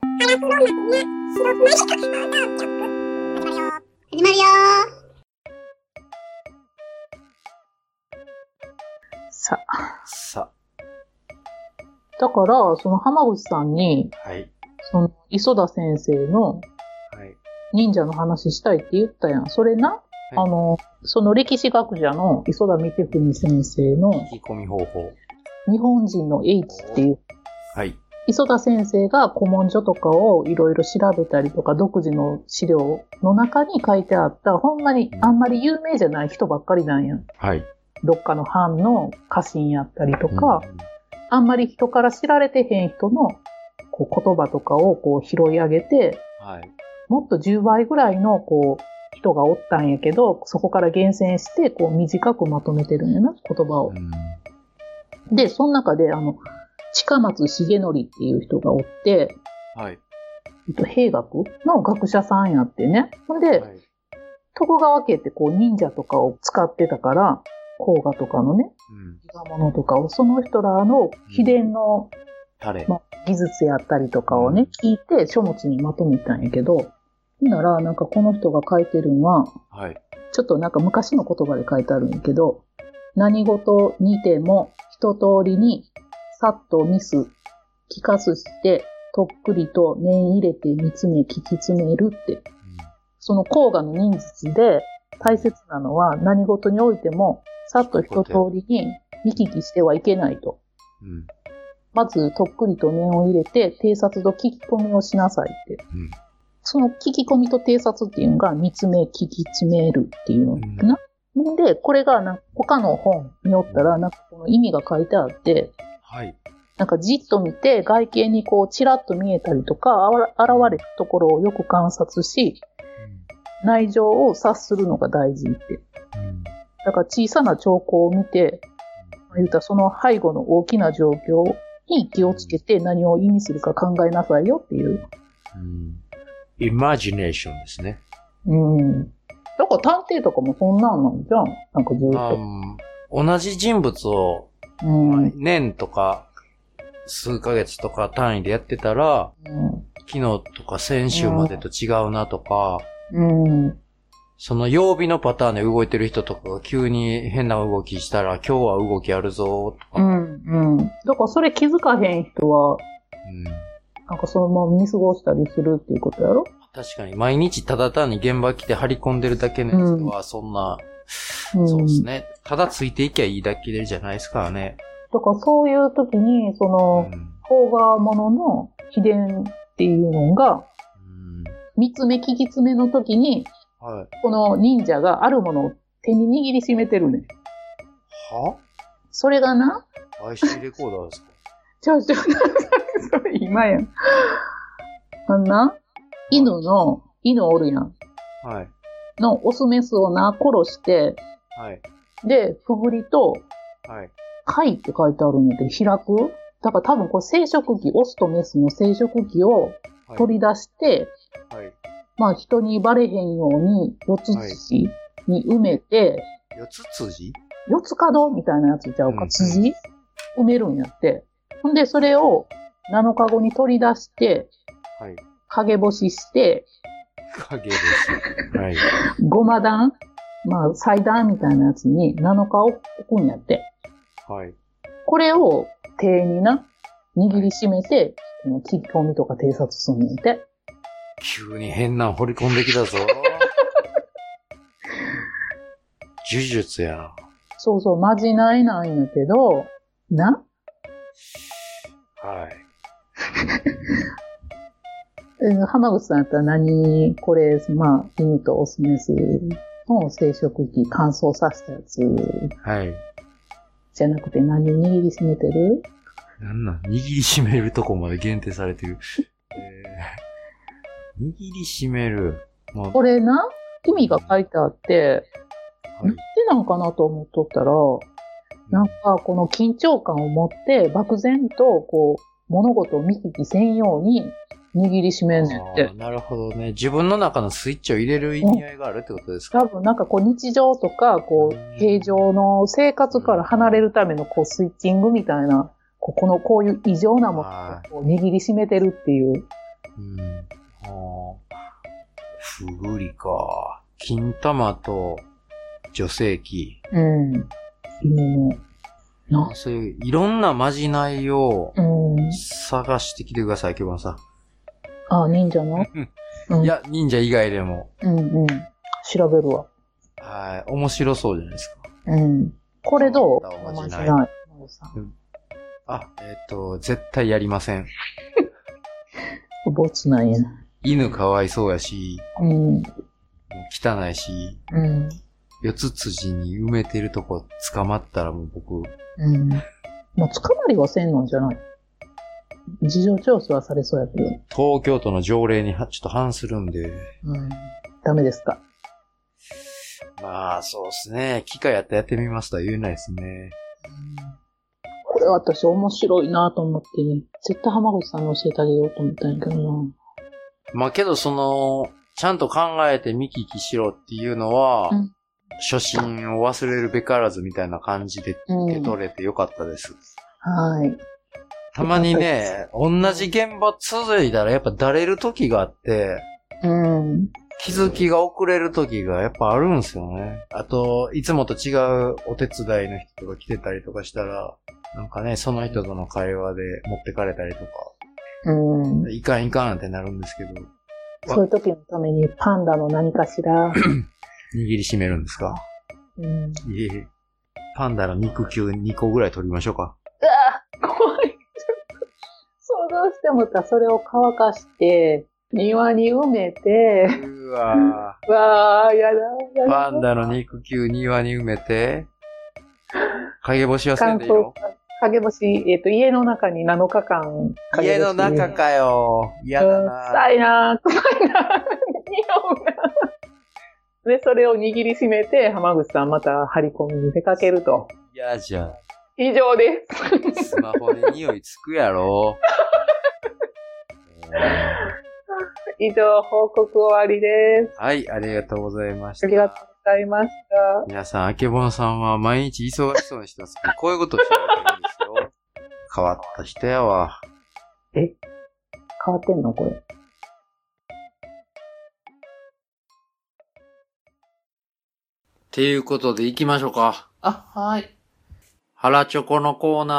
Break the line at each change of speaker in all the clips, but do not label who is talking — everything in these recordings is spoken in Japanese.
白黒幕ね白くないしかハートキャップ始まるよ
さあ、
さ
だから、その浜口さんに、
あ、はい。
その磯田先生の
はい。
忍者の話したいって言ったやん。それな、
い
あの、その歴史学者の磯田道文先生の
聞き込み方法。
日本人の H っていう、
はい。
磯田先生が古文書とかをいろいろ調べたりとか、独自の資料の中に書いてあった、ほんまにあんまり有名じゃない人ばっかりなんやん。
はい。
どっかの藩の家臣やったりと
うん
か、あんまり人から知られてへん人のこう言葉とかをこう拾い上げて、
はい。
もっと10倍ぐらいのこう人がおったんやけど、そこから厳選してこう短くまとめてるんやな、言葉を
う。ん
で、その中であの、近松重則っていう人がおって、
はい。
えっと、兵学の学者さんやってね。ほんで、
はい
徳川家ってこう忍者とかを使ってたから、甲賀とかのね、
うん。
伊賀物とかを、その人らの秘伝の
誰
ま技術やったりとかをね、聞いて書物にまとめたんやけど、ほんなら、なんかこの人が書いてるんは、
はい。
ちょっとなんか昔の言葉で書いてあるんやけど、何事にても一通りにさっとミス、聞かすして、とっくりと念入れて見つめ聞き詰めるって。その甲賀の忍術で大切なのは何事においてもさっと一通りに見聞きしてはいけないと。
うん。うん
まず、とっくりと念を入れて、偵察と聞き込みをしなさいって。
うん
その聞き込みと偵察っていうのが、見つめ、聞き詰めるっていうのかな。ん、で、これがなんか他の本によったら、なんかこの意味が書いてあって、
はい。
なんかじっと見て、外見にこう、ちらっと見えたりとか、あわ現れたところをよく観察し、内情を察するのが大事って。
うん
だから小さな兆候を見て、言うたらその背後の大きな状況に気をつけて何を意味するか考えなさいよっていう。
うん。イマジネーションですね。
うん。だから探偵とかもそんなんなんじゃん。なんかずっ
あ
と。
ん同じ人物を
うん。うん
年とか数ヶ月とか単位でやってたら、昨日とか先週までと違うなとか、
うん。
その曜日のパターンで動いてる人とかが急に変な動きしたら今日は動きあるぞと
う
か、
ん。うん。だからそれ気づかへん人は、
うん
なんかそのまま見過ごしたりするっていうことやろ
確かに毎日ただ単に現場来て張り込んでるだけのやつはそんな、
うん。
そうですね。ただついていきゃいいだけじゃないですからね。
だからそういう時に、そうの、
ん
甲賀物の秘伝っていうのが、
うん
見つめ聞きつめの時に、
はい。
この忍者があるものを手に握りしめてるねん。
は
それがな、
?IC レコーダーですか
ちょちょ、それ今やん。あんな、犬の、犬おるやん。
はい。
のオスメスをな、殺して、
はい。
で、ふぐりと、
はい。
貝って書いてあるんだけど、開くだから多分これ生殖器、オスとメスの生殖器を
はい
取り出して、
はい。
まあ人にバレへんように、四つ土に埋めて、
四つ辻
四つ角みたいなやつちゃう
う
か、
ん
辻埋めるんやって。ほんで、それを7日後に取り出して、
はい。
陰干しして、
影です。はい。
ごま段まあ、祭壇みたいなやつに7日を置くんやって。
はい。
これを手にな、握りしめて、この聞き込みとか偵察すんねんて。
急に変なん掘り込んできたぞ。 呪術やな。
そうそう、まじないなんやけど、な
はい。
うん浜口さんやったら何、これ、まあ、犬とオスメスの生殖器乾燥させたやつ
はい。
じゃなくて何を握りしめてる
なんなん握りしめるとこまで限定されてる。えー、握りしめる。まあ、
これな、意味が書いてあって、
はい
なんでなんかなと思っとったら、なんかこの緊張感を持って漠然とこう物事を見聞きせんように握りしめんねんっ
あ
て
ー。なるほどね。自分の中のスイッチを入れる意味合いがあるってことですか
多分なんかこう日常とかこ
うん
う平常の生活から離れるためのこうスイッチングみたいな、ここのこういう異常なものをこう握りしめてるっていう
うん。はあ。ふぐりか。金玉と女性器。
うん。犬の。な、
そういういろんなまじないを
うん。
探してきてください、今日さ。
あ、忍者のうんん
いや、忍者以外でも。
うんうん。調べるわ。
はい。面白そうじゃないですか。
うん。これどう
そうだ
お
おま
まじ
じな
ないい。
あ、えっ、と、絶対やりません。
ボツなんやな。
犬かわいそうやし、
うん。
もう汚いし、
うん。
四つ辻に埋めてるとこ捕まったらもう僕、
うん。まあ、捕まりはせんのんじゃない事情聴取はされそうやけど。
東京都の条例にはちょっと反するんで。
うん。ダメですか
まあ、そうですね。機械やったらやってみますとは言えないですね。
これ私面白いなと思ってね。絶対浜口さんに教えてあげようと思ったんやけどな。
まあけど、その、ちゃんと考えて見聞きしろっていうのは、
うん
初心を忘れるべからずみたいな感じで
う
手
ん。
取れてよかったです。
はい。
たまに ね、同じ現場続いたらやっぱだれる時があって、
うん。
気づきが遅れる時がやっぱあるんですよね。あと、いつもと違うお手伝いの人が来てたりとかしたら、なんかね、その人との会話で持ってかれたりとか、
うん。
いかんいかんってなるんですけど、
そういう時のためにパンダの何かし ら。
握りしめるんですか
うん。
いえいえ。パンダの肉球2個ぐらい取りましょうか。
うわ怖い。想像してもた、それを乾かして、庭に埋め て、
うわ
うわあ、やだ、や
ぁ。
だ。
パンダの肉球庭に埋めて、影干しはせ
観
んでいい
光
の
影干し、えっ、と、家の中に7日間、
家の中かよ。嫌だ
うん
な
臭いな臭いな匂うなで、それを握りしめて、浜口さんまた張り込みに出かけると。
嫌じゃん。
以上です。
スマホで匂いつくやろ。
以上、報告終わりです。
はい、ありがとうございました。
ありがとうございました。
皆さん、あけぼのさんは毎日忙しそうにしてますけど、こういうことをしてるわけですよ。変わった人やわ。
変わってんのこれ。
ていうことで行きましょうか。
あ、はい。
腹チョコのコーナー。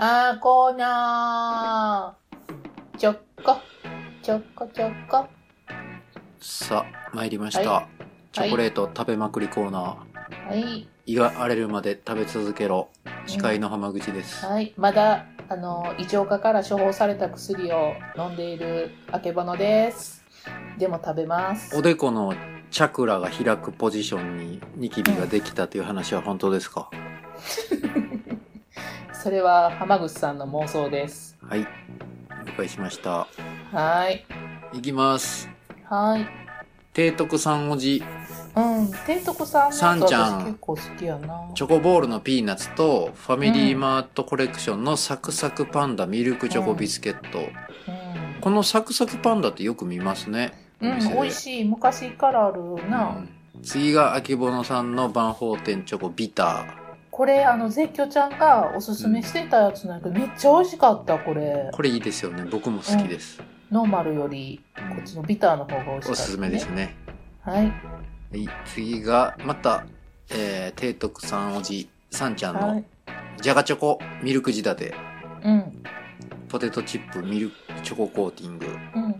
あー、コーナー。ちょっこ、ちょっこちょっこ。
さあ、参りました。
は
チョコレート食べまくりコーナー。
はい。
胃が荒れるまで食べ続けろ。司会の浜口です。
はい。まだ、あの、胃腸科から処方された薬を飲んでいるあけぼのです。でも食べます。
おでこのチャクラが開くポジションにニキビができたという話は本当ですか、
それは浜口さんの妄想です。
はい。了解しました。
はい。
いきます。
はい。
提督さんおじ、
うん。てんとこさん
さ
の
ん
やつ
ちゃん
私結構好きやな。
チョコボールのピーナッツとファミリーマートコレクションのサクサクパンダミルクチョコビスケット。
うん
このサクサクパンダってよく見ますね。
うん、
お店で
美味しい。昔からあるな。
うん次があけぼのさんの万宝店チョコビタ
これ、あの、絶叫ちゃんがおすすめしてたやつなんやけど、めっちゃ美味しかった、これ
ー。これいいですよね僕も好きです、
ノーマルより、こっちのビターの方が美味しかった、
おすすめです。ね
はい。
はい次がまた、えー、提督さんおじさんちゃん
は
の
い。
じゃがチョコミルク仕立て
うん。
ポテトチップミルクチョココーティング
うん。うん。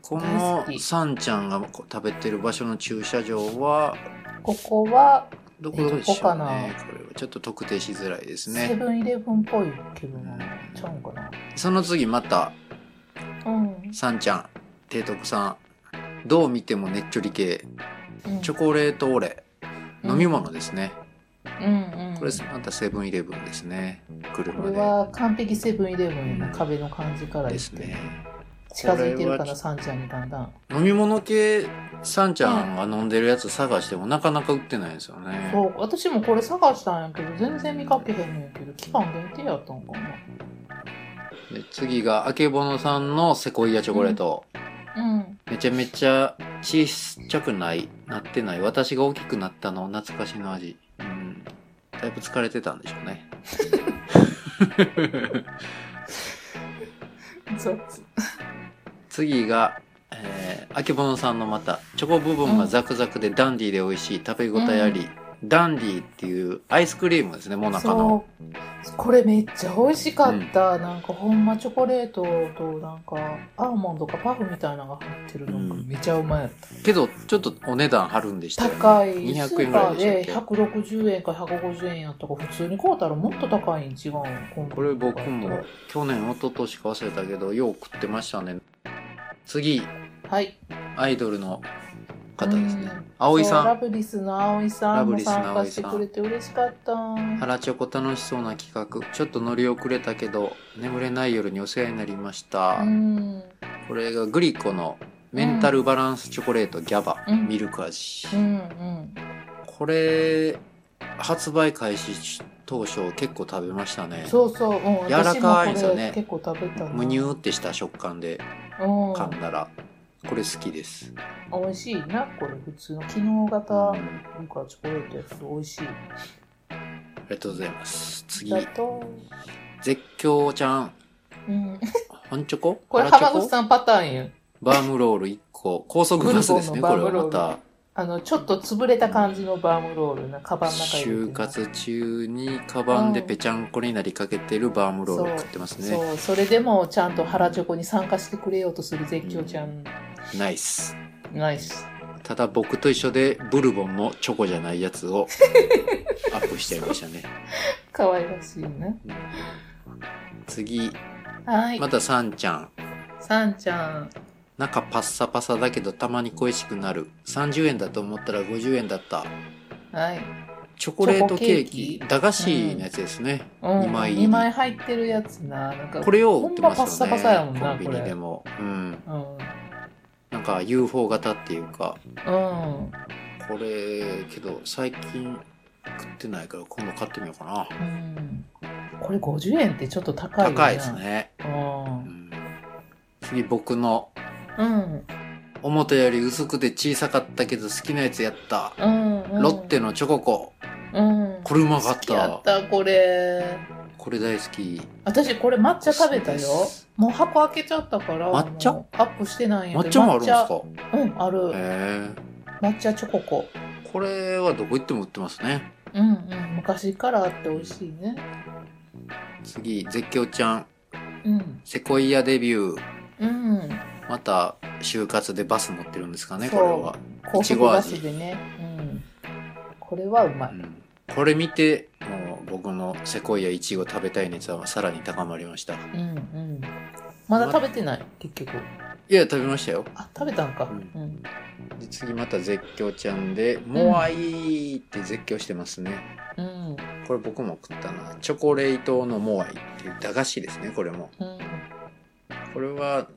こ
大
の
好き
さんちゃんがこう食べてる場所の駐車場は
ここは、
どこでしょうね
えどこかな
これはちょっと特定しづらいです
セ
ね
ブンイレブンっぽいけどな。ちゃうんかな。
その次また
うん。
さんちゃん提督さんどう見てもねっちょり系チョ
コ、
コレートオレ
うん
飲み物ですね、
うんうん。
これまたセブンイレブンですね
これ
車
は完璧セブンイレブンや
うん
な。壁の感じから
で
言
で
っ
す
て
ね
近づいてるか
これは
な、サンちゃんにだんだん。
飲み物系さんちゃんが飲んでるやつ探してもなかなか売ってないんですよね、
そう、私もこれ探したんやけど、全然見かけへんねんけど、期間限定やったんか
で次があけぼのさんのセコイアチョコレート、
な。うん。
めちゃめちゃ小さくないなってない私が大きくなったの懐かしの味うんだいぶ疲れてたんでしょ うね
そう。
次が、えー、あけぼのさんのまた、チョコ部分がザクザクでダンディーで美味しい、食べ応えあり、ダンディーっていうアイスクリームですね、モナカの。
そうこれめっちゃ美味しかった、なんかほんまチョコレートとなんかアーモンドかパフみたいなのが入ってるのがめちゃうまい、
けど、ちょっとお値段張るんでしたよね。
高い
200
スー
円ぐら
パ
い
ー
で
で
したっ
160円か150円やったから普通に買うたらもっと高いん違うん
これ僕も去年、一昨年か忘れたけど、よう食ってましたね。次、
はい
アイドルの方ですね
うん。
葵
そうラ
さ
ブリスの葵さんも参加してくれて嬉しかった
ん。ハラチョコ楽しそうな企画。ちょっと乗り遅れたけど、眠れない夜にお世話になりました。
うん
これがグリコのメンタルバランスチョコレートギャバ、
うん
ミルク味、
うんうん
これ発売開始当初結構食べましたね
そうそう、うん、
柔らかいんですよね
私もこれ結構食べたな
むにゅーってした食感で
うん
噛んだら、これ好きです、
美味しいなこれ普通の機能型
うんあ
なんかチョコレートやけど美味しい
りがとうございます次
だと
絶叫ちゃん
うん
本チョコ
これ
腹チョ
浜
コ
口さんパターンや
バームロール1個高速バスですね
グリ
こ
コ
れ
の
は
バームロー
ま
ル
た
あのちょっと潰れた感じのバームロールなカバンの中に入れて
就活中にカバンでぺちゃんこになりかけてるバームロール食ってますね
そうそれでもちゃんと原チョコに参加してくれようとする絶叫ちゃん、
ナイス
ナイス
ただ僕と一緒でブルボンのチョコじゃないや つをアップしちゃいましたね
可愛らしいね
次
はい
またサンちゃん
さんちゃん
中パッサパサだけどたまに恋しくなる30円だと思ったら50円だった
はい、
チョコレートケーキ
チョコケーキ
駄菓子のやつですね、
うん、
二枚入り
二枚入ってるやつななんか
これを売って
ほんま
ますよね
パッサパサやもん
コ
な
ンビニでもうん
うん
なんか UFO 型っていうか
うん
これけど最近食ってないから今度買ってみようかな
うんこれ50円ってちょっと高いよな
高いですね、
う
うんん、次僕の
うん
表より薄くて小さかったけど好きなやつやった。
うんうん
ロッテのチョココ。
うん
これうまか
好
っ
きや
た
っ。たこれ
これ大好き。
私これ抹茶食べた
好
よ
きです
もう箱開けちゃったから
抹茶
もうアップしてないんや
抹
け
茶
ど
もあるんですか
抹茶うんある
へ
抹茶チョココ
え。これはどこ行っても売ってますね。
うんうん昔からあって美味しいね
次、絶叫ちゃん。
うん
セコイアデビュー。
うん
また、就活でバス乗ってるんですかね、こ
そう
れは。
高速バスでねうんこれはうま
う
い
んこれ見て、もう僕のセコイアイチゴ食べたい熱はさらに高まりました。い
うんうんまだ食べてない結局
や、食べましたよ。
あ食べたんか
う
うんん
で次また絶叫ちゃんで、もわいって絶叫してますね。
うん
これ僕も食ったな。チョコレートのモアイっていう駄菓子ですね、これも。
うん
これは、もう、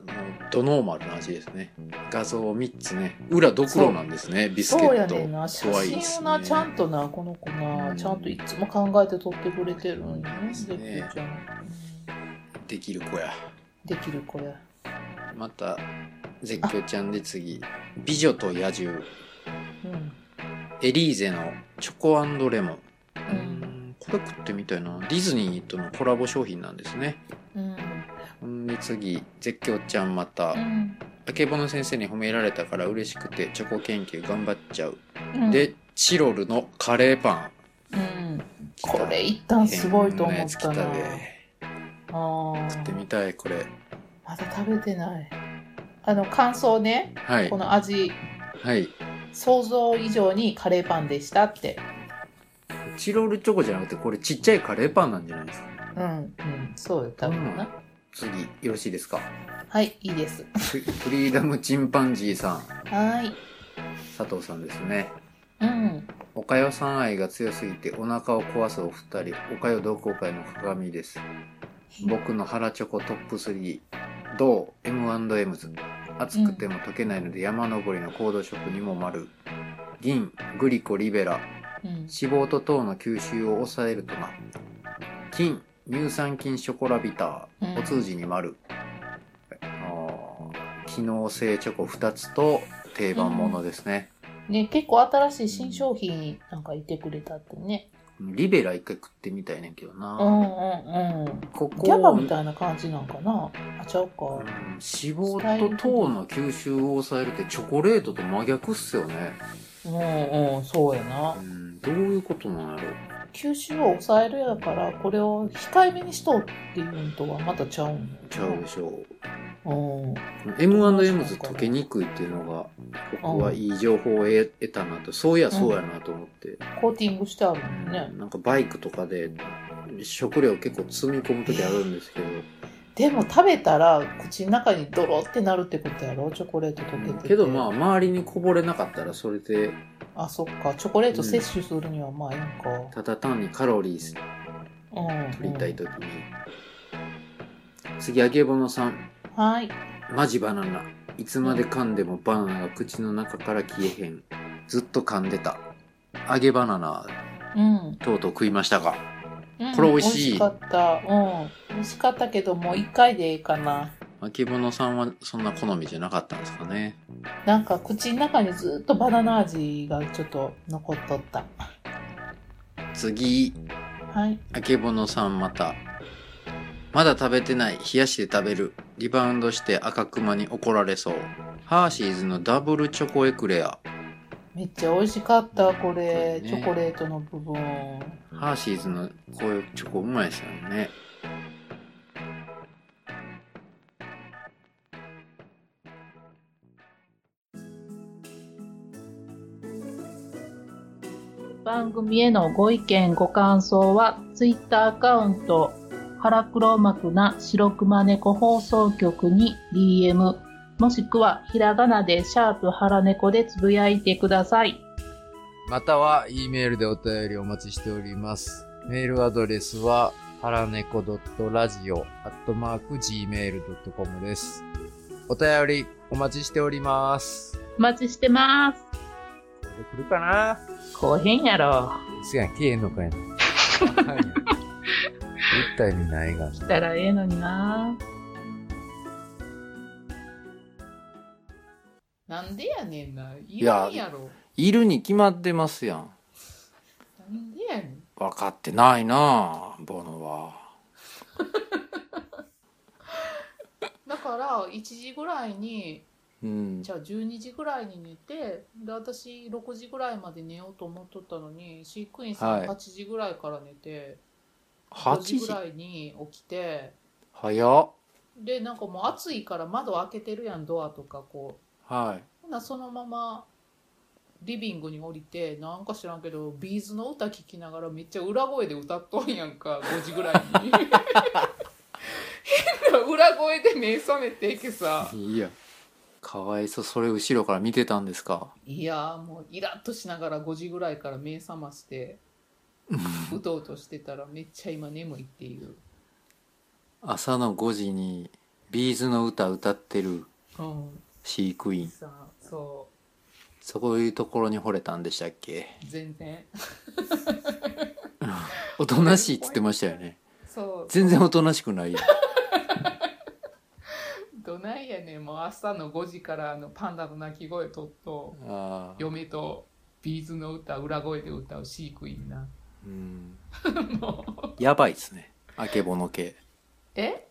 ドノーマルな味ですね。画像3つね。裏ドクロなんですね、ビスケ
そうや
ット。
ねんな写
怖いです
真をな、
ね
ちゃんとなこの子な、
うん
ちゃんといつも考えて撮ってくれてるんよね
ですね
絶叫ちゃん
できる子や。
できるこれ
また、絶叫ちゃんで次。美女と野獣。
うん
エリーゼのチョコレモン。う
うん
ん、これ食ってみたいな。ディズニーとのコラボ商品なんですね。
うん
ほんで次、絶叫ちゃんまた。
うん
あけぼの先生に褒められたから嬉しくてチョコ研究頑張っちゃう。
うん
で、チロルのカレーパン。
うん、これ一旦すごいと思った
変
な
やつ来たで
あ
食って
ー
みたい、これ。
まだ食べてないあの感想ね
はい
こ。の味
はい。
想像以上にカレーパンでしたって
チロルチョコじゃなくて、これちっちゃいカレーパンなんじゃないですか。
うんうんそうよ多分な、
次、よろしいですか。
はいいいです
フフリーダムチンパンジーさん、
はい
佐藤さんですね。
うん
おかよさん愛が強すぎてお腹を壊すお二人、おかよ同好会の鏡です。僕の腹チョコトップ3、同 M&M's。熱くても溶けないので山登りの高度食にも丸。銀、グリコ、リベラ。
うん
脂肪と糖の吸収を抑えるとな。金、乳酸菌ショコラビタ
う
ー。
ん
お通じに丸。あー機能性チョコ2つと定番ものですね。
ね、結構新しい新商品なんかいてくれたってね。
うリベラ一回食ってみたいねんけど
う
な。
んうんうん。
ここ
ギャバみたいな感じなんかなあちゃうか
うん。脂肪と糖の吸収を抑えるってチョコレートと真逆っすよね。
うんうん、そうやな
う。ん、どういうことなんやろ
吸収を抑えるやから、これを控えめにしとうっていうのとはまたちゃうん
ちゃうでしょう。
うん。
M&M's 溶けにくいっていうのが、僕はいい情報を得得たなと、そういやそうやなと思って。
コーティングしてあるもんね。
なんかバイクとかで食料結構積み込む時あるんですけど、
でも食べたら、口の中にドロってなるってことやろチョコレート溶けてて。
けどまあ周りにこぼれなかったらそれで、
あ。そっか。チョコレート摂取するにはまあいいんか。
ただ単にカロリー
うん、うん。
取りたい時に。次、揚げ物さん。
はい。
マジバナナ。いつまで噛んでもバナナが口の中から消えへん。ずっと噛んでた。揚げバナナ、
うん。
とうとう食いましたが。
うん
これ美味し
美味
い
しかった。うん。美味しかったけど、もう一回でええかな。
あけぼのさんはそんな好みじゃなかったんですかね。
なんか口の中にずっとバナナ味がちょっと残っとった。
次、
はい。
あけぼのさんまた。まだ食べてない。冷やして食べる。リバウンドして赤熊に怒られそう。ハーシーズのダブルチョコエクレア。
めっちゃ美味しかった、これ。
これね
チョコレートの部分。
ハーシーズのこういうチョコうまいですよね。
番組へのご意見、ご感想は、ツイッターアカウント、腹黒幕な白熊猫放送局に DM、もしくはひらがなでシャープ腹猫でつぶやいてください。
または、E メールでお便りお待ちしております。メールアドレスは、はらねこ .radio.gmail.com です。お便りお待ちしております。
お待ちしてます。
これで来るかな
後編やろ。
すやん、消えんのかやな。一体にないがな。
来たらええのにな。
なんでやねんな。い
や
るんやろ。
いるに決まってますやん。
なんでやねん。
分かってないなあボノは。
だから、1時ぐらいに、
うん。
じゃあ12時ぐらいに寝て、で、私6時ぐらいまで寝ようと思っとったのに、飼育員さん
はい
8時ぐらいから寝て、
8
5時ぐ
時
らいに起きて、
早っ。
で、なんかもう暑いから窓開けてるやん、ドアとかこう。
はい。
ほなそのままリビングに降りてなんか知らんけどビーズの歌聴きながらめっちゃ裏声で歌っとんやんか5時ぐらい に変な裏声で目覚めてけさ
いや。かわいそう。それ後ろから見てたんですか。
いやーもうイラッとしながら5時ぐらいから目覚ましてうとうとしてたらめっちゃ今眠いっていう、
朝の5時にビーズの歌歌ってる
うん、
飼育員。
さあそ
そういうところに惚れたんでしたっけ
う全然
おとなしいっつってましたよね。
そう
全然おとなしくない。
どないやねんもう朝の5時からあのパンダの鳴き声とっと
ああ。
嫁とビーズの歌裏声で歌う飼育員な
うん。
もう
やばいっすね。あけぼの系。
え